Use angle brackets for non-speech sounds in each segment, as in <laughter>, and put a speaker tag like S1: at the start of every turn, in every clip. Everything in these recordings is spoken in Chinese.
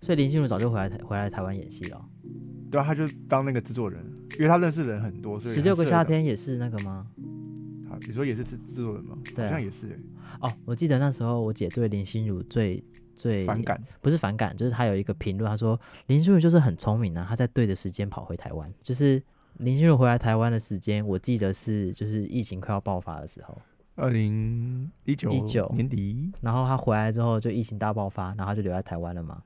S1: 所以林心如早就回来台回来台湾演戏了。
S2: 对啊，他就当那个制作人，因为他认识人很多，所以
S1: 十六
S2: 很
S1: 个
S2: 适合
S1: 夏天也是那个吗？
S2: 当。好，你说也是制制作人吗？
S1: 对啊
S2: 好像也是欸、
S1: 哦，我记得那时候我姐对林心如最最
S2: 反感。
S1: 不是反感，就是她有一个评论，她说林心如就是很聪明啊，她在对的时间跑回台湾，就是林心如回来台湾的时间，我记得是就是疫情快要爆发的时候，
S2: 二零一九
S1: 19
S2: 年底，
S1: 然后她回来之后就疫情大爆发，然后她就留在台湾了嘛，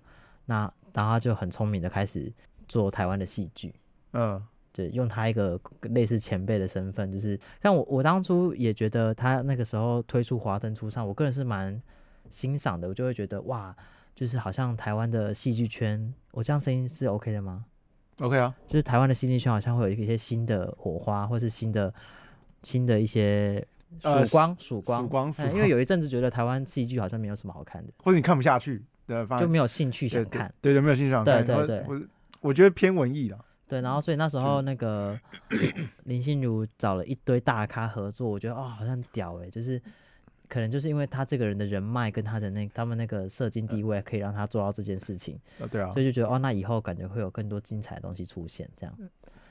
S1: 那然后她就很聪明的开始做台湾的戏剧，
S2: 嗯，
S1: 对，用他一个类似前辈的身份，就是，但我我当初也觉得他那个时候推出《华灯初上》，我个人是蛮欣赏的，我就会觉得哇，就是好像台湾的戏剧圈，我这样声音是 OK 的吗？
S2: OK 啊，
S1: 就是台湾的戏剧圈好像会有一些新的火花，或是新的新的一些
S2: 呃
S1: 曙光，曙、光，
S2: 曙光曙
S1: 哎因
S2: 光
S1: 为有一阵子觉得台湾戏剧好像没有什么好看的，
S2: 或者你看不下去，对，反
S1: 就
S2: 正
S1: 没有兴趣
S2: 啊对
S1: 想看。
S2: 对对，没有欣赏，
S1: 对
S2: 看
S1: 对
S2: 我
S1: 对
S2: 我我觉得偏文艺了，
S1: 对，然后所以那时候那个林心如找了一堆大咖合作，我觉得哦，好像屌哎、就是可能就是因为他这个人的人脉跟他的那他们那个社经
S2: 嗯
S1: 地位，可以让他做到这件事情，
S2: 呃，对啊
S1: 所，以就觉得哦，那以后感觉会有更多精彩的东西出现这样。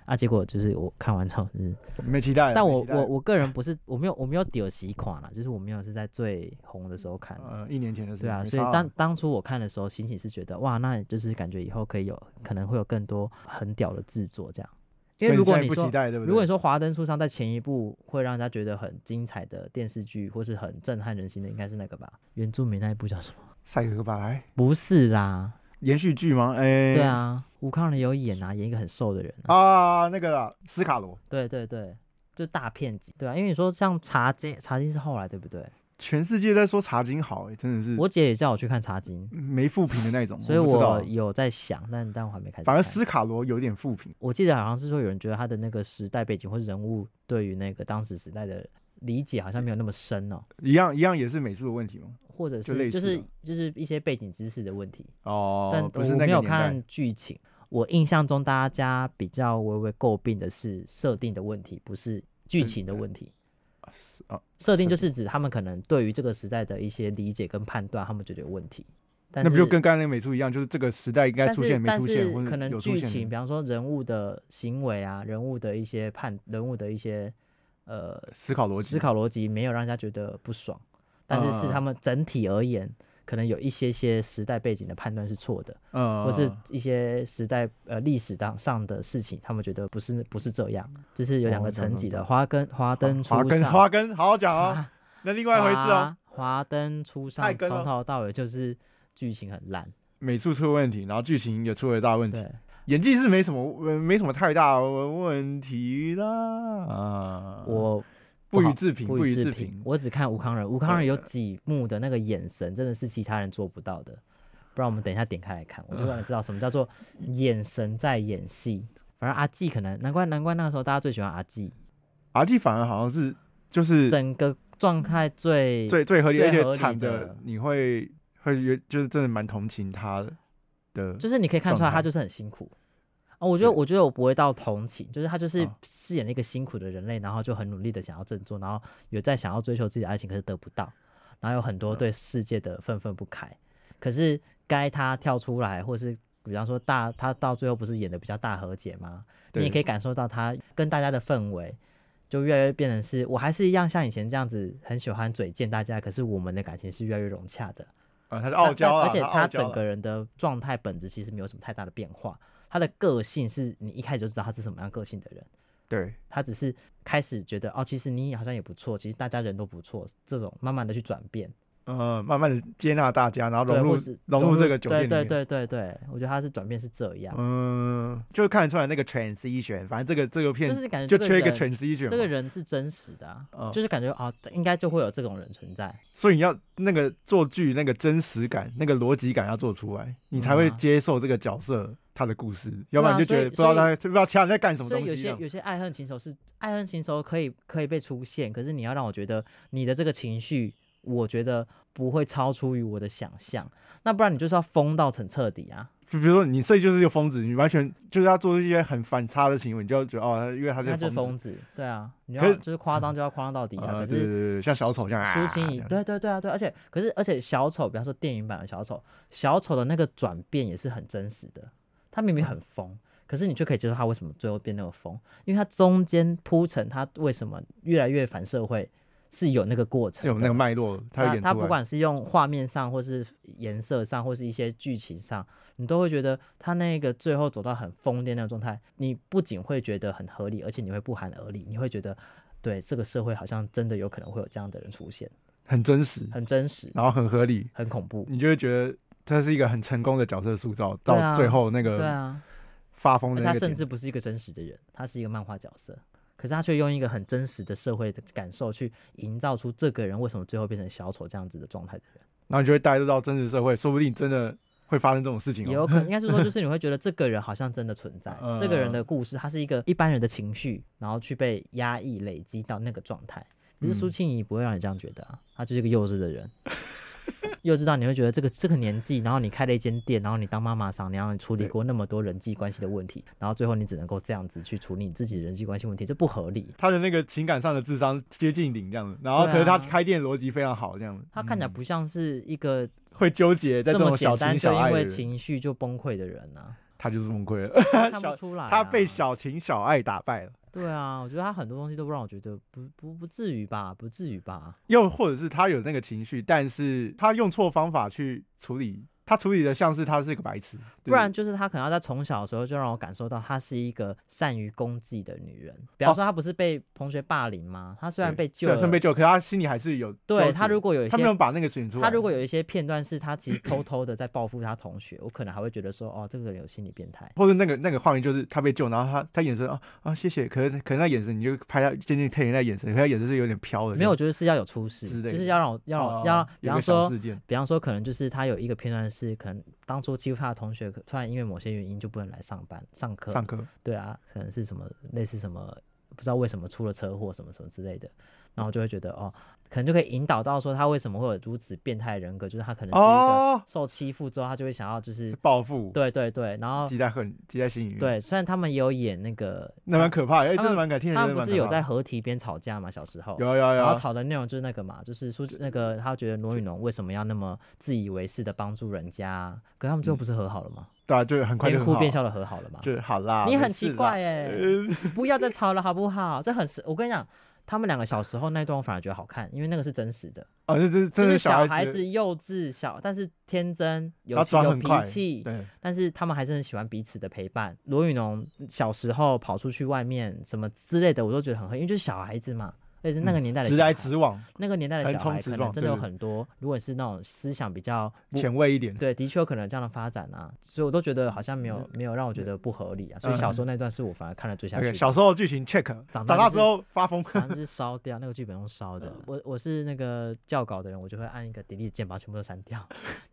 S1: 啊，结果就是我看完之后，就是，
S2: 没期待啊。
S1: 但
S2: 没
S1: 我
S2: 期待
S1: 我我个人不是我没有我没有屌洗款啦，就是我没有是在最红的时候看的，
S2: 呃一年前的事，
S1: 对啊，
S2: 没
S1: 所以
S2: 差
S1: 当当初我看的时候，心情是觉得哇，那就是感觉以后可以有可能会有更多很屌的制作这样。因为
S2: 对
S1: 如果
S2: 现在
S1: 你
S2: 不期
S1: 说，
S2: 待，对不对？
S1: 如果你说《华灯初上》在前一部会让人家觉得很精彩的电视剧，或是很震撼人心的，应该是那个吧？原住民那一部叫什么？
S2: 赛格巴莱
S1: 不是啦，
S2: 延续剧吗？哎，
S1: 对啊，吴康仁有演啊，演一个很瘦的人、啊。
S2: 啊，那个啦斯卡罗，
S1: 对对对，就大片集，对啊，因为你说像茶经，茶经是后来对不对？
S2: 全世界在说茶经好，哎，真的是
S1: 我姐也叫我去看茶经，
S2: 没负评的那种，
S1: 所以
S2: 嗯我不知
S1: 我
S2: 道
S1: 有在想，但但我还没开始看。
S2: 反而斯卡罗有点负评，
S1: 我记得好像是说有人觉得他的那个时代背景或人物对于那个当时时代的理解好像没有那么深哦，
S2: 一样一样也是美术的问题吗？
S1: 或者
S2: 就类
S1: 是
S2: 似
S1: 就是
S2: 啊
S1: 就是一些背景知识的问题，
S2: 哦
S1: 但，
S2: 不是
S1: 我
S2: 那
S1: 没
S2: 个
S1: 有
S2: 年代，
S1: 看剧情。我印象中大家比较微微诟病的是设定的问题，不是剧情的问题。
S2: 啊
S1: 设定就
S2: 设
S1: 是指他们可能对于这个时代的一些理解跟判断，他们觉得有问题。但
S2: 那不
S1: 是
S2: 就跟刚才那个美术一样，就是这个时代应该
S1: 但
S2: 出
S1: 是
S2: 现没
S1: 但
S2: 出
S1: 是
S2: 现，或者
S1: 可能
S2: 有出
S1: 剧
S2: 现
S1: 情，
S2: 的
S1: 比方说人物的行为啊，人物的一些判，人物的一些呃
S2: 思考逻辑，
S1: 思考逻辑，没有让人家觉得不爽，但是
S2: 嗯
S1: 是他们整体而言，可能有一些些时代背景的判断是错的，
S2: 嗯，
S1: 或是一些时代呃历史当上的事情，他们觉得不是不是这样，这是有两
S2: 哦
S1: 个
S2: 懂
S1: 层
S2: 懂
S1: 级的。
S2: 懂哦
S1: 华根华灯初
S2: 华根
S1: 上，
S2: 华根，好好
S1: <laughs>
S2: 讲哦，
S1: 啊
S2: 那另外一回事哦。
S1: 华华灯初上，
S2: 太根
S1: 从
S2: 了
S1: 头到尾就是剧情很烂，
S2: 美术出了问题，然后剧情也出了大问题，
S1: 对。
S2: 演技是没什么呃没什么太大问题啦。啊，
S1: 我
S2: 不
S1: 好
S2: 予置评，
S1: 不
S2: 予
S1: 予置
S2: 评。
S1: 我只看吴康仁，吴康仁有几幕的那个眼神，真的是其他人做不到的。不然我们等一下点开来看，我就让你知道什么叫做眼神在演戏。反正阿纪可能难怪难怪那个时候大家最喜欢阿纪，
S2: 阿纪反而好像是就是
S1: 整个状态最
S2: 最最合理，而
S1: 最
S2: 且
S1: 合理
S2: 惨的
S1: 的
S2: 你会会觉就是真的蛮同情他的的，
S1: 就是你可以看出来
S2: 状态
S1: 他就是很辛苦。啊、我觉得，
S2: 对
S1: 我觉得我不会到同情，就是他就是
S2: 啊
S1: 饰演了一个辛苦的人类，然后就很努力的想要振作，然后有在想要追求自己的爱情，可是得不到，然后有很
S2: 嗯
S1: 多对世界的愤愤不开。可是该他跳出来，或是比方说大，他到最后不是演的比较大和解吗？你
S2: 对
S1: 也可以感受到他跟大家的氛围，就越来越变成是我还是一样像以前这样子，很喜欢嘴贱大家，可是我们的感情是越来越融洽的。
S2: 啊，他是
S1: 那
S2: 傲娇
S1: 那
S2: 啊，
S1: 而且
S2: 傲
S1: 他
S2: 娇
S1: 整
S2: 啦
S1: 个人的状态本质其实没有什么太大的变化，他的个性是你一开始就知道他是什么样个性的人，
S2: 对
S1: 他只是开始觉得哦，其实你好像也不错，其实大家人都不错，这种慢慢的去转变，
S2: 呃，慢慢的接纳大家，然后
S1: 对，
S2: 融入
S1: 或是
S2: 融入这个酒店里
S1: 对
S2: 面
S1: 对对对对，我觉得他是转变是这样，
S2: 嗯，就看得出来那个 transition，反正这个这个片
S1: 就是感觉
S2: 就
S1: 这
S2: 缺一个
S1: 人
S2: transition，
S1: 这个
S2: 嘛
S1: 人是真实的、啊，
S2: 嗯
S1: 就是感觉啊、应该就会有这种人存在。
S2: 所以你要那个做剧那个真实感、那个逻辑感要做出来，你才会
S1: 嗯啊啊
S2: 接受这个角色他的故事，要不然你
S1: 所
S2: 就
S1: 以
S2: 觉得不知道
S1: 所以
S2: 他不知道其他人在干什么
S1: 所以
S2: 东
S1: 有
S2: 西这
S1: 些
S2: 样。
S1: 有些爱恨情仇是爱恨情仇可以可以被出现，可是你要让我觉得你的这个情绪，我觉得不会超出于我的想象，那不然你就是要疯到很彻底啊！
S2: 就比如说你设计就是一个疯子，你完全就是他做出一些很反差的行为，你就要觉得哦，他因为他
S1: 他就是是
S2: 疯
S1: 疯
S2: 子，
S1: 子，对啊，你
S2: 可
S1: 要
S2: 是
S1: 就是夸张就要夸张到底啊。
S2: 啊，
S1: 可
S2: 对对
S1: 是
S2: 对，对像小丑这样啊，
S1: 抒情以
S2: 这
S1: 对
S2: 样
S1: 对对啊对，而且可是而且小丑，比方说电影版的小丑，小丑的那个转变也是很真实的。他明明很疯，可是你却可以接受他为什么最后变那么疯，因为他中间铺陈他为什么越来越反社会是有那个过程
S2: 是
S1: 的，
S2: 有那个脉络，他有
S1: 啊他
S2: 演出
S1: 他不
S2: 来，
S1: 管是用画面上，或是颜色上，或是一些剧情上，你都会觉得他那个最后走到很疯癫的状态，你不仅会觉得很合理，而且你会不寒而栗，你会觉得对这个社会好像真的有可能会有这样的人出现，
S2: 很真实，
S1: 很真实，
S2: 然后很合理，
S1: 很恐怖。
S2: 你就会觉得他是一个很成功的角色塑造，
S1: 对
S2: 到
S1: 啊
S2: 最后那
S1: 对
S2: 个
S1: 啊，
S2: 发疯
S1: 而
S2: 的
S1: 他
S2: 那个
S1: 甚
S2: 点，
S1: 至不是一个真实的人，他是一个漫画角色。可是他却用一个很真实的社会的感受去营造出这个人为什么最后变成小丑这样子的状态的人。
S2: 然后你就会带入到真实社会，说不定真的会发生这种事情
S1: 也
S2: 哦，
S1: 有。可能，应该是说，就是你会觉得这个人好像真的存在
S2: <laughs> 嗯
S1: 这个人的故事，他是一个一般人的情绪，然后去被压抑、累积到那个状态。可是
S2: 嗯
S1: 苏庆怡不会让你这样觉得啊，他就是一个幼稚的人， <laughs> 幼稚到你会觉得这个这个年纪，然后你开了一间店，然后你当妈妈桑，然后你处理过那么多人际关系的问题，然后最后你只能够这样子去处理你自己的人际关系问题，这不合理。
S2: 他的那个情感上的智商接近零这样子，然后
S1: 对啊
S2: 可是他开店逻辑非常好这样子，
S1: 他看起来
S2: 嗯
S1: 不像是一个
S2: 会纠结在
S1: 这
S2: 这
S1: 么
S2: 种小
S1: 简单
S2: 情
S1: 就
S2: 小爱
S1: 因
S2: 的
S1: 为
S2: 人，
S1: 情绪就崩溃的人
S2: <laughs>
S1: 啊，
S2: 他就是崩溃了，
S1: 看不
S2: 小
S1: 出来啊、
S2: 他被小情小爱打败了，
S1: 对啊，我觉得他很多东西都让我觉得不不不至于吧，不至于吧。
S2: 又或者是他有那个情绪，但是他用错方法去处理，他处理的像是他是个白痴，
S1: 不
S2: 对
S1: 然就是他可能要在从小的时候就让我感受到她是一个善于攻击的女人。比方说，她不是被同学霸凌吗？她虽然被救
S2: 哦虽然被
S1: 了，
S2: 救，可是他心里还是有纠
S1: 对
S2: 结
S1: 她如果有一
S2: 他没有啊
S1: 些，
S2: 把那个选出来，
S1: 她如果有一些片段是她其实偷偷的在报复她同学，我可能还会觉得说，哦，这个人有心理变态。
S2: 或者那个那个画面就是他被救，然后他他眼神啊啊谢谢，可是可能那眼神你就拍他渐渐推人那眼神，可是他眼神是有点飘的，
S1: 没有，我觉得是要有出事
S2: 之，类的
S1: 就是要让我要让
S2: 哦
S1: 我要，比
S2: 有
S1: 方
S2: 个小
S1: 说，
S2: 事件，
S1: 比方说，可能就是她有一个片段是，可能当初欺负她的同学，可突然因为某些原因就不能来上班上课，
S2: 上课
S1: 对啊，可能是什么类似什么，不知道为什么出了车祸什么什么之类的，然后就会觉得哦，可能就可以引导到说他为什么会有如此变态人格，就是他可能是一个
S2: 哦
S1: 受欺负之后，他就会想要就是
S2: 是报复，
S1: 对对对，然后
S2: 记在恨，记在心里面，，
S1: 对，虽然他们也有演那个，
S2: 那蛮
S1: 他
S2: 可怕的，哎，
S1: 他
S2: 真的
S1: 们
S2: 蛮可听起来
S1: 他
S2: 真
S1: 们不
S2: 的蛮可怕的，
S1: 是有在河堤边吵架嘛，小时候。
S2: 有有有
S1: 然后
S2: 啊，
S1: 吵的内容就是那个嘛，就是苏那个他觉得罗宇农为什么要那么自以为是的帮助人家啊，可他们最后不是和好了吗？
S2: 对啊，嗯就很快就
S1: 边
S2: 很
S1: 哭
S2: 好
S1: 边笑的和好了吗？
S2: 就好啦，
S1: 你
S2: 啊没
S1: 很
S2: 事
S1: 奇
S2: 啦
S1: 怪哎、
S2: <laughs> 呃
S1: 不要再吵了好不好？这很实，我跟你讲，他们两个小时候那段我反而觉得好看，因为那个是真实的，
S2: 哦，这这
S1: 就
S2: <laughs> 真
S1: 是
S2: 的
S1: 小
S2: 孩子，
S1: 子幼稚小，但是天真有
S2: 他
S1: 情
S2: 转
S1: 有
S2: 很快
S1: 脾气，
S2: 对，
S1: 但是他们还是很喜欢彼此的陪伴。罗宇农小时候跑出去外面什么之类的，我都觉得很合，因为就是小孩子嘛，而且是那个年代的
S2: 嗯直
S1: 小孩
S2: 来直往，
S1: 那个年代的
S2: 横
S1: 小
S2: 冲
S1: 孩
S2: 直
S1: 可
S2: 撞
S1: 能真的有
S2: 对对
S1: 很多，如果是那种思想比较不
S2: 前卫一点，
S1: 对，的确有可能有这样的发展啊，所以我都觉得好像没
S2: 嗯
S1: 有没有让我觉得不合理啊，所以小时候那段是我反而看了最下去
S2: OK，
S1: 的。
S2: 小时候剧情 check，长
S1: 长大
S2: 大
S1: 就
S2: 之
S1: 是
S2: 后发疯，
S1: 好像是烧掉那个剧本用烧的。
S2: 嗯
S1: 我我是那个校稿的人，我就会按一个 delete 键把它全部都删
S2: <laughs>
S1: 掉，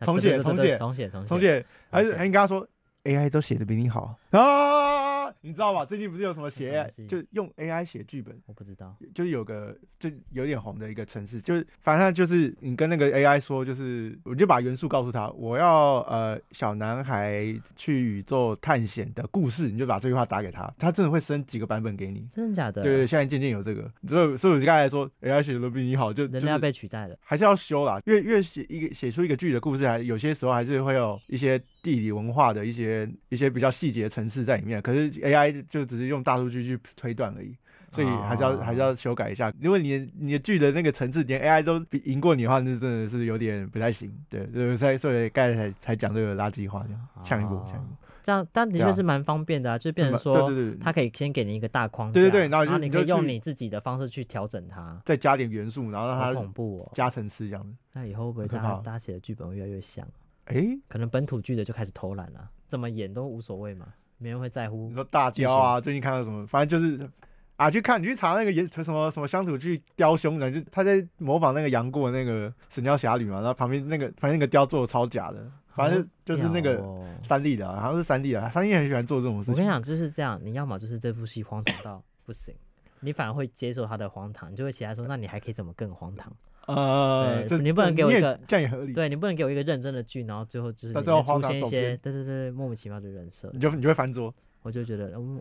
S2: 重写
S1: 对对
S2: 重
S1: 对对
S2: 写
S1: 重写，重写，
S2: 而且还是
S1: 写
S2: 还跟他说 AI 都写的比你好啊，你知道吧？最近不是有什么写
S1: 什么东西
S2: 就用 AI 写剧本，
S1: 我不知道，
S2: 就是有个就有点红的一个城市，就是反正就是你跟那个 AI 说，就是我就把元素告诉他，我要呃小男孩去宇宙探险的故事，你就把这句话打给他，他真的会生几个版本给你。
S1: 真的假的？
S2: 对对，现在渐渐有这个，所以所以我就刚才说 AI 写的都比你好，就就
S1: 人
S2: 是
S1: 类要被取代了。
S2: 还是要修啦，越越写一个写出一个剧的故事，还有些时候还是会有一些地理文化的一些一些比较细节的层次在里面。可是 AI 就只是用大数据去推断而已，所以还是要、
S1: 哦
S2: 还是要修改一下。如果你的你的剧的那个层次连 AI 都比赢过你的话，那真的是有点不太行。对，所以所以所以刚才才才讲这个垃圾话，这样呛一波
S1: 哦
S2: 呛一波。
S1: 这样，但的
S2: 对啊
S1: 确是蛮方便的啊，就变成
S2: 对
S1: 说，
S2: 对对，
S1: 它可以先给你一个大框架，
S2: 对对对然后
S1: 然
S2: 就
S1: 后你
S2: 你
S1: 可以
S2: 就去
S1: 用你自己的方式去调整它。
S2: 再加点元素，然后让
S1: 好
S2: 它
S1: 恐怖哦！
S2: 加层次这样子。
S1: 那以后会不会
S2: 很可
S1: 大
S2: 怕
S1: 家大家写的剧本会越来越像？
S2: 诶，
S1: 可能本土剧的就开始偷懒了，怎么演都无所谓嘛，没人会在乎
S2: 你。说大雕啊，最近看到什么？反正就是啊，去看你去查那个演什么什么乡土剧雕兄的，就他在模仿那个杨过那个《神雕侠侣》嘛，然后旁边那个反正那个雕做的超假的，反正就是那
S1: 好屌
S2: 个
S1: 哦
S2: 三 D 的啊、好像是三 D 的啊，三 D 很喜欢做这种事
S1: 我跟
S2: 情
S1: 你。讲，就是这样，你要么就是这部戏荒唐到不行，你反而会接受他的荒唐，你就会期待说，那你还可以怎么更荒唐？
S2: 呃，
S1: 对
S2: 这
S1: 你不能给我
S2: 你
S1: 一
S2: 也
S1: 个
S2: 这样也合理，
S1: 对你不能给我一个认真的剧，然后最后就是
S2: 到
S1: 里
S2: 最后
S1: 面出
S2: 荒唐
S1: 现一
S2: 走
S1: 些
S2: 偏
S1: 对对对莫名其妙的人设，
S2: 你就你就会翻桌。
S1: 我就觉得，嗯，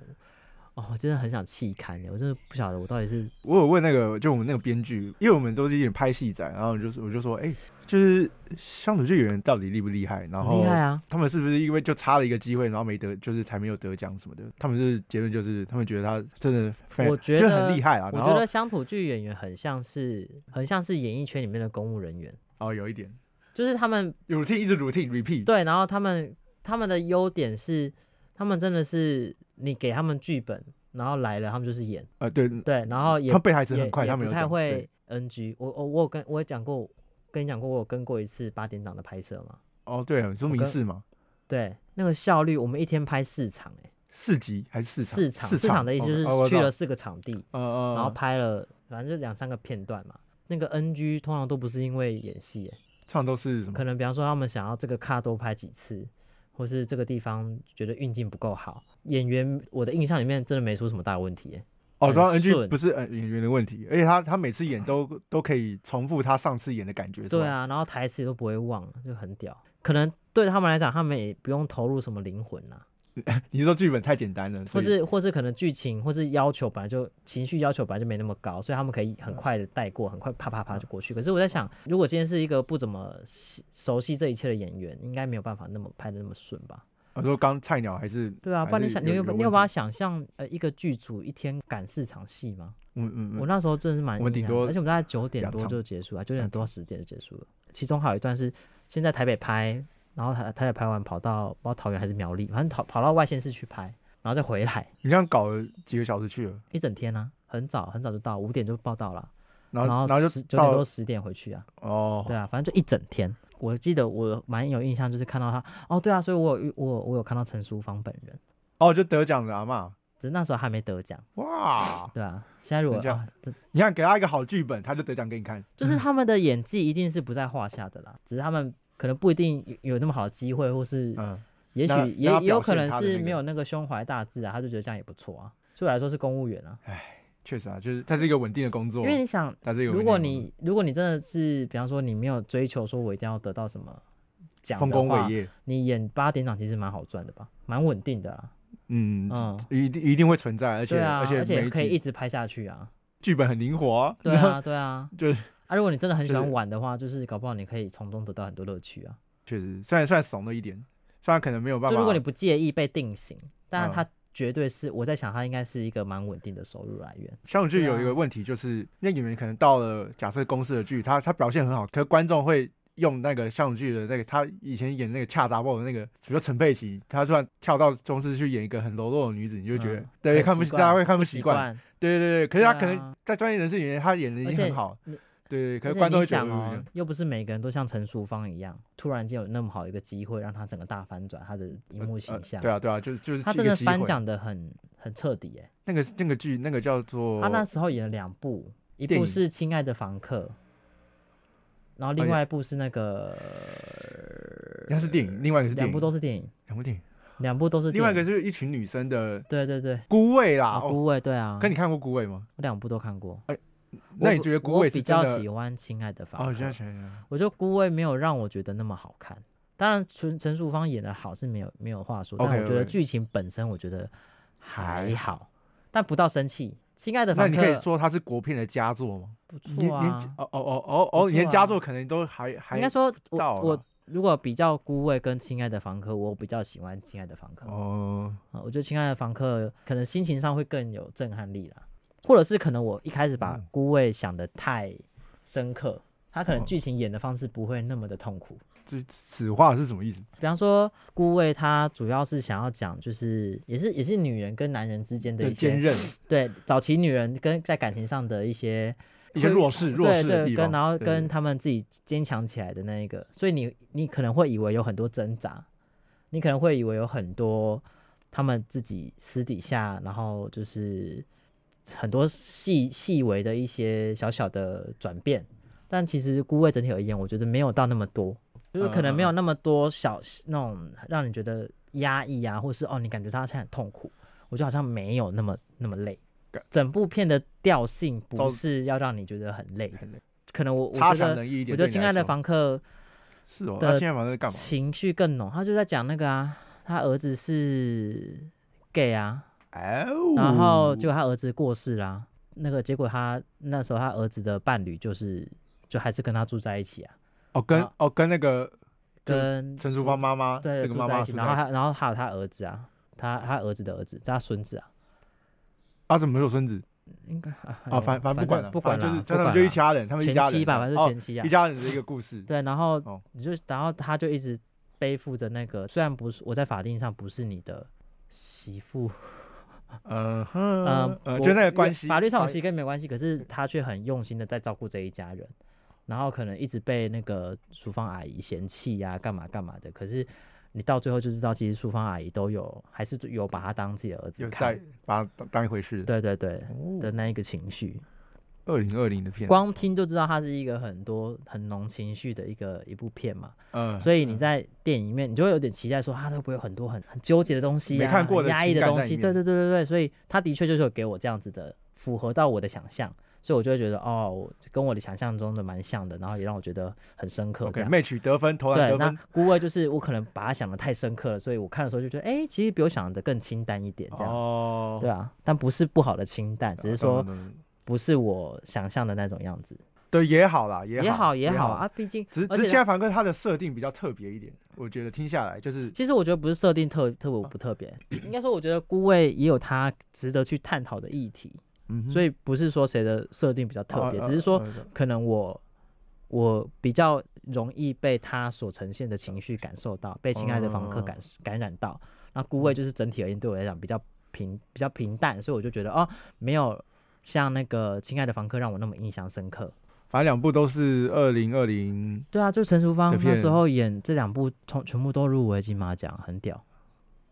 S1: 哦，我真的很想弃刊欸的，我真的不晓得我到底是
S2: 我有问那个，就我们那个编剧，因为我们都是一点拍戏仔，然后我就是我就说，哎、就是乡土剧演员到底厉不厉害？然
S1: 很
S2: 后
S1: 厉害啊，
S2: 他们是不是因为就差了一个机会，然后没得，就是才没有得奖什么的？他们是结论就是，他们觉得他真的非，
S1: 我觉得
S2: 就很厉害啊。
S1: 我
S2: 然
S1: 觉
S2: 后
S1: 得乡土剧演员很像是很像是演艺圈里面的公务人员，
S2: 哦，有一点
S1: 就是他们
S2: routine 一直 routine repeat，
S1: 对，然后他们他们的优点是，他们真的是你给他们剧本，然后来了他们就是演，
S2: 呃，对，
S1: 对，然后也
S2: 他背台词
S1: 也
S2: 很快，
S1: 也
S2: 他们
S1: 不
S2: 有
S1: 太
S2: 讲对
S1: 会 NG 我。我我有跟我有讲过，跟你讲过，我有跟过一次八点档的拍摄嘛，
S2: 哦，对啊，你说
S1: 我
S2: 民
S1: 跟
S2: 事嘛，
S1: 对，那个效率，我们一天拍四场、欸，
S2: 四集还是四场？
S1: 四场，四
S2: 场哦
S1: 的意思就是去了，四个场地，
S2: 哦哦我知道呃呃，
S1: 然后拍了反正就两三个片段嘛。那个 NG 通常都不是因为演戏、欸，
S2: 唱都是什么？
S1: 可能比方说他们想要这个卡多拍几次，或是这个地方觉得运镜不够好。演员我的印象里面真的没出什么大问题、欸，
S2: 哦，
S1: 很
S2: 主要 NG
S1: 顺
S2: 不是呃演员的问题，而且他他每次演都都可以重复他上次演的感觉。
S1: 对，啊，然后台词也都不会忘，就很屌。可能对他们来讲，他们也不用投入什么灵魂啦、
S2: 你是说剧本太简单了，
S1: 或
S2: 所以
S1: 是或是可能剧情或是要求本来就情绪要求本来就没那么高，所以他们可以
S2: 嗯
S1: 很快的带过，很快啪啪啪就过去。可是我在想，如果今天是一个不怎么习熟悉这一切的演员，应该没有办法那么拍的那么顺吧？
S2: 我哦说刚菜鸟还是
S1: 对啊，
S2: 还
S1: 不然你
S2: 是
S1: 想，
S2: 有
S1: 你有
S2: 有
S1: 你有
S2: 问
S1: 办法
S2: 题
S1: 想象呃一个剧组一天赶四场戏吗？
S2: 嗯嗯
S1: 我
S2: 嗯，
S1: 那时候真的是蛮
S2: 我们
S1: 惊
S2: 顶
S1: 讶的
S2: 多
S1: 而且我们大概九点
S2: 两
S1: 多
S2: 场
S1: 就结束了，九
S2: 三
S1: 点
S2: 场
S1: 多到十点就结束了。其中还有一段是先在台北拍，然后台台北拍完跑到不知道桃园还是苗栗，反正跑跑到外县市去拍，然后再回来
S2: 你这样搞了几个小时去了，
S1: 一整天呢、很早很早就到，五点就报到了，
S2: 然后
S1: 后
S2: 后
S1: 十九
S2: 就
S1: 点
S2: 到
S1: 多
S2: 了
S1: 十点回去啊，
S2: 哦，
S1: 对啊，反正就一整天。我记得我蛮有印象，就是看到他哦，对啊，所以我有遇我有我有看到陈淑芳本人，
S2: 哦就得奖了阿嬷。
S1: 只是那时候还没得奖，
S2: 哇！
S1: 对啊。现在如果
S2: 那这样嗯
S1: 啊，这
S2: 你看，给他一个好剧本，他就得奖给你看。
S1: 就是他们的演技一定是不在话下的啦，只是他们可能不一定有有那么好的机会，或是
S2: 嗯，
S1: 也许
S2: 那
S1: 也
S2: 那他
S1: 也有
S2: 表
S1: 可
S2: 现
S1: 能
S2: 他的那
S1: 是
S2: 个
S1: 没有那个胸怀大志啊，他就觉得这样也不错啊。对我来说是公务员啊，
S2: 确实啊，就是他是一个稳定的工作
S1: 因，为你想，
S2: 他是一个稳
S1: 如
S2: 定的
S1: 果
S2: 工作
S1: 你如果你真的是，比方说你没有追求说我一定要得到什么奖
S2: 丰
S1: 的
S2: 功
S1: 话
S2: 伟，业，
S1: 你演八点档其实蛮好赚的吧，蛮稳定的啊。
S2: 嗯，
S1: 嗯，
S2: 一定一定会存在，而且
S1: 对啊，而
S2: 每
S1: 且
S2: 一
S1: 可以
S2: 集
S1: 一直拍下去
S2: <laughs>
S1: 啊。
S2: 剧本很灵活啊，
S1: 对啊，对啊。
S2: 就是
S1: 啊，如果你真的很喜
S2: 就
S1: 欢
S2: 是
S1: 玩的话，就是搞不好你可以从中得到很多乐趣啊。
S2: <laughs> 确实，虽然算怂了一点，虽然可能没有办
S1: 就
S2: 法。
S1: 如果你不介意被定型，但
S2: 嗯
S1: 是它绝对是、我在想，它应该是一个蛮稳定的收入来源。
S2: 像我剧
S1: 对啊
S2: 有一个问题，就是那演员可能到了假设公司的剧，他他表现很好，可是观众会用那个像剧的那个他以前演那个恰杂报的那个，比如说陈佩琪，他突然跳到公司去演一个很柔弱的女子，你就觉得、
S1: 嗯
S2: 对
S1: 很
S2: 看不
S1: 习
S2: 大家
S1: 惯
S2: 会看
S1: 不
S2: 不
S1: 习
S2: 习惯，。对对对，可是他可
S1: 对
S2: 能
S1: 啊
S2: 在专业人士里面，他演的已
S1: 而
S2: 经
S1: 且
S2: 很好，
S1: 你
S2: 对对，
S1: 而
S2: 可是
S1: 且
S2: 观众
S1: 你
S2: 会觉
S1: 想
S2: 得
S1: 哦，又不是每个人都像陈淑芳一样，突然间有那么好一个机会，让他整个大翻转他的荧幕
S2: 呃
S1: 形象。
S2: 对啊对啊，就是就是
S1: 他
S2: 一
S1: 真
S2: 个
S1: 的
S2: 机
S1: 翻
S2: 会
S1: 讲的很很彻底哎、
S2: 那个那个剧那个叫做
S1: 啊他那时候演了两部，一
S2: 电
S1: 部
S2: 影哦
S1: 是《亲爱的房客》，然后
S2: 而
S1: 另
S2: 且
S1: 外一部是那个，
S2: 那是电影，另外一个是电
S1: 两
S2: 影，
S1: 部都是电影，
S2: 两部电影，
S1: 两部都是电影。
S2: 另外一个是一群女生的
S1: 对对对，
S2: 孤味啦，
S1: 啊，
S2: 哦，
S1: 孤味对啊，
S2: 可你看过孤味吗？
S1: 我两部都看过。
S2: 那
S1: 我
S2: 你
S1: 不
S2: 觉得孤
S1: 我
S2: 味是
S1: 比
S2: 真
S1: 较
S2: 的
S1: 喜欢《嗯亲爱的房
S2: 哦，
S1: 客
S2: 想》想想，
S1: 我觉得孤味没有让我觉得那么好看。当然，陈陈淑芳演的好是没有没有话说，但
S2: OK，
S1: 我觉得
S2: OK
S1: 剧情本身我觉得还
S2: 还
S1: 好，但不到生气。亲爱的
S2: 那
S1: 房
S2: 你
S1: 客，
S2: 可以说它是国片的佳作吗？
S1: 不
S2: 你连
S1: 错啊。
S2: 哦哦哦哦哦，
S1: 不
S2: 你连
S1: 错
S2: 佳
S1: 啊
S2: 作可能都还还
S1: 应该说，我
S2: 到啦
S1: 我如果比较孤味跟亲爱的房客，我比较喜欢亲爱的房客。
S2: 哦，
S1: 啊，我觉得亲爱的房客可能心情上会更有震撼力啦，或者是可能我一开始把
S2: 嗯
S1: 孤味想的太深刻，他可能
S2: 哦
S1: 剧情演的方式不会那么的痛苦。
S2: 这此话是什么意思？
S1: 比方说，孤味它主要是想要讲，就是也是也是女人跟男人之间的
S2: 的
S1: 一
S2: 坚
S1: 些
S2: 韧，
S1: 对早期女人跟在感情上的一些
S2: 一些
S1: 会
S2: 弱势弱
S1: 对
S2: 势的
S1: 对
S2: 地
S1: 跟
S2: 方，
S1: 然后
S2: 对
S1: 跟他们自己坚强起来的那一个，所以你你可能会以为有很多挣扎，你可能会以为有很多他们自己私底下，然后就是很多细细微的一些小小的转变，但其实孤味整体而言，我觉得没有到那么多，就是可能
S2: 嗯
S1: 没有那么多小那种让你觉得压抑啊，或是哦你感觉他现在很痛苦，我觉得好像没有那么那么累
S2: 感。
S1: 整部片的调性
S2: 照
S1: 不是要让你觉得很累，
S2: 很累
S1: 可能我我
S2: 差
S1: 觉
S2: 强
S1: 得，
S2: 人意一
S1: 我
S2: 点。
S1: 觉得《
S2: 对
S1: 亲
S2: 你
S1: 爱
S2: 来
S1: 的
S2: 说
S1: 房客
S2: 是哦，
S1: 的
S2: 那现在房客在干嘛？
S1: 情绪更浓，他就在讲那个啊，他儿子是 gay 啊，
S2: 哎，
S1: 然后结果他儿子过世啦、那个结果他那时候他儿子的伴侣就是就还是跟他住在一起啊，
S2: 哦跟
S1: 啊
S2: 哦跟那个就是
S1: 跟
S2: 陈淑芳妈妈
S1: 对
S2: 这个
S1: 住
S2: 妈
S1: 在
S2: 妈
S1: 一
S2: 住
S1: 起，
S2: 在
S1: 然后
S2: 一起
S1: 他然后还有他儿子啊，他他儿子的儿子，他孙子啊，
S2: 啊怎么没有孙子
S1: 应该啊
S2: 啊？反
S1: 反
S2: 反正不管了，
S1: 不管
S2: 反正就是
S1: 啦不
S2: 他们
S1: 管
S2: 就一
S1: 啦
S2: 家人，他们一家
S1: 前
S2: 人
S1: 妻吧，反正
S2: 哦
S1: 前妻啊
S2: 一，家人的一个故
S1: <laughs>
S2: 事。
S1: 对，然后
S2: 哦
S1: 你就然后他就一直背负着那个，虽然不是我在法定上不是你的媳妇，
S2: 嗯哼，
S1: 嗯，
S2: 呃，
S1: 我
S2: 就那个关系，
S1: 法律上我
S2: 关
S1: 其实跟你没关系，可是他却很用心的在照顾这一家人，然后可能一直被那个淑芳阿姨嫌弃呀、干嘛干嘛的，可是你到最后就知道，其实淑芳阿姨都有还是有把他当自己的儿子
S2: 呃有
S1: 看
S2: 在，把它当当一回事。
S1: 对对对的
S2: 哦，
S1: 那一个情绪，
S2: 二零二零的片，
S1: 光听就知道它是一个很多很浓情绪的一个一部片嘛。
S2: 嗯，
S1: 所以你
S2: 嗯
S1: 在电影里面，你就会有点期待说，啊它会不会有很多很很纠结的东西、啊，
S2: 没看过
S1: 很
S2: 的
S1: 压抑的
S2: 情感
S1: 东
S2: 在里
S1: 西？
S2: 面
S1: 对对对对对，所以它的确就是有给我这样子的，符合到我的想象，所以我就会觉得哦，我跟我的想象中的蛮像的，然后也让我觉得很深刻。这
S2: OK
S1: 样
S2: match 得分，投篮
S1: 对，
S2: 得
S1: 那
S2: 分，
S1: 孤味就是我可能把它想的太深刻了，所以我看的时候就觉得，哎、其实比我想的更清淡一点，这样。
S2: 哦，
S1: 对啊，但不是不好的清淡，只是说
S2: 嗯，嗯嗯
S1: 不是我想象的那种样子，
S2: 对也好啦，也
S1: 也
S2: 好
S1: 也好，啊，毕竟
S2: 只
S1: 而
S2: 只
S1: 且
S2: 现在凡哥他的设定比较特别一点，我觉得听下来就是
S1: 其实我觉得不是设定特特别不特别， <clears throat> 应该说我觉得孤味也有它值得去探讨的议题，
S2: 嗯
S1: 所
S2: 以
S1: 以不是说谁的设定比较特别，只是说
S2: 嗯
S1: 可能我我比较容易被他所呈现的情绪感受到，被亲爱的房客感感染到。那孤味就是整体而言对我来讲比较平比较平淡，所以我就觉得哦，没有像那个亲爱的房客让我那么印象深刻。
S2: 反正两部都是二零二零，
S1: 对啊，就陈淑芳
S2: 的片
S1: 那时候演这两部，从全部都入围金马奖，很屌。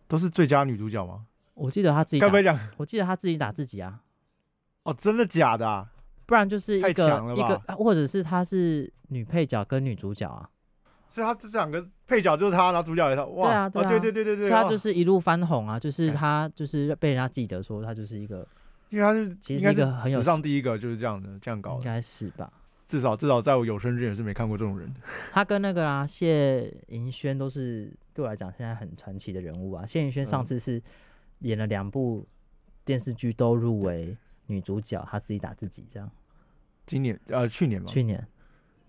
S2: 都是最佳女主角吗？
S1: 我记得他自己
S2: 该
S1: 打
S2: 不会两
S1: 我记得他自己打自己啊，
S2: 哦，真的假的啊？
S1: 不然就是一个
S2: 太强了
S1: 一个
S2: 吧，
S1: 啊或者是他是女配角跟女主角啊，
S2: 所以他这两个配角就是他，然后主角也是他，哇，
S1: 对啊
S2: 哦
S1: 对啊
S2: 对对对
S1: 所
S2: 对对，
S1: 以他
S2: 哇
S1: 就是一路翻红啊，就是
S2: 哎
S1: 他就是被人家记得说他就是一个
S2: 因为他是
S1: 其实
S2: 应该
S1: 是一个很有
S2: 史上第一个就是这样的这样搞
S1: 应
S2: 的，
S1: 该是吧？
S2: 至少至少在我有生之年是没看过这种人。
S1: 他跟那个啊谢盈萱都是对我来讲现在很传奇的人物啊。谢盈萱上
S2: 嗯
S1: 次是演了两部电视剧都入围女主角，她自己打自己这样，
S2: 今年呃去年嘛，
S1: 去年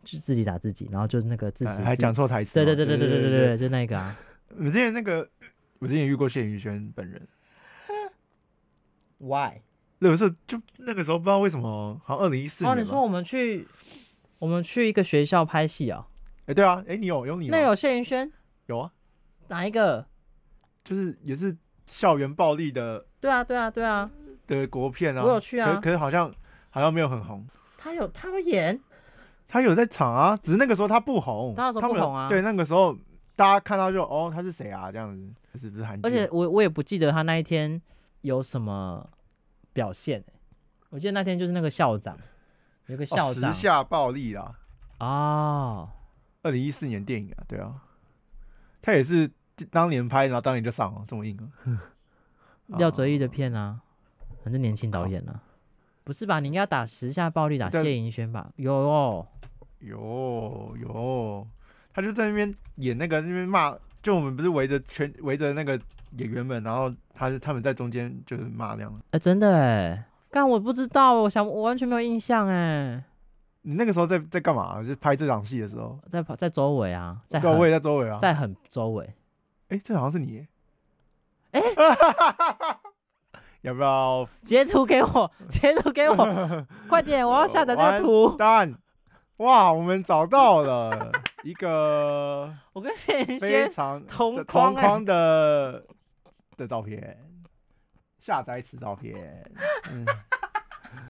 S1: 就自己打自己，然后就是那个自
S2: 哎
S1: 己
S2: 还讲错台词
S1: 对
S2: 嘛，
S1: 对对对对对对
S2: 对
S1: 对，就那个啊。
S2: 我之前那个，我之前遇过谢宇轩本人，
S1: Why？
S2: 那个时候就那个时候不知道为什么，好像二零一四年
S1: 哦，
S2: 吧。
S1: 你说我们去，我们去一个学校拍戏哦，
S2: 哎、对啊，哎、你有有你吗
S1: 那有谢云轩
S2: 有啊，
S1: 哪一个？
S2: 就是也是校园暴力的
S1: 对啊，对啊，对啊，
S2: 的国片啊，
S1: 我有去啊
S2: 可可是好像好像没有很红。
S1: 他有他有演，
S2: 他有在场啊，只是那个时候他不红，
S1: 他那时候不
S2: 们
S1: 红啊
S2: 对，那个时候大家看到就哦，他是谁啊？这样子是不是韩剧？
S1: 而且我我也不记得他那一天有什么表现、欸、我记得那天就是那个校长，有个
S2: 哦
S1: 校长
S2: 时下暴力啦，
S1: 哦
S2: 二零一四年电影啊，对啊，他也是当年拍，然后当年就上了，这么硬啊。
S1: <laughs>
S2: 哦
S1: 廖哲义的片啊，反正年轻导演啊，不是吧？你应该打时下暴力打
S2: 但
S1: 谢盈萱吧？有哦，
S2: 有有，他就在那边演那个那边骂，就我们不是围着全围着那个演员们，然后他就他们在中间就是骂这样。
S1: 哎、真的哎、但我不知道，我想我完全没有印象哎、
S2: 你那个时候在在干嘛？啊就是拍这场戏的时候，
S1: 在跑在周围啊，在
S2: 对啊，我
S1: 很
S2: 也在周围啊。
S1: 在很周围，
S2: 哎、这好像是你耶。哎、 <laughs> 要不要
S1: 截图给我，截图给我，快点，我要下载这个
S2: 完
S1: 图。
S2: 蛋？哇，我们找到
S1: <laughs>
S2: 了一个
S1: 我跟谢云
S2: 非
S1: 轩
S2: 常
S1: 同
S2: 的
S1: 框
S2: 同
S1: 哎、
S2: 框的的照片，下载此照片。嗯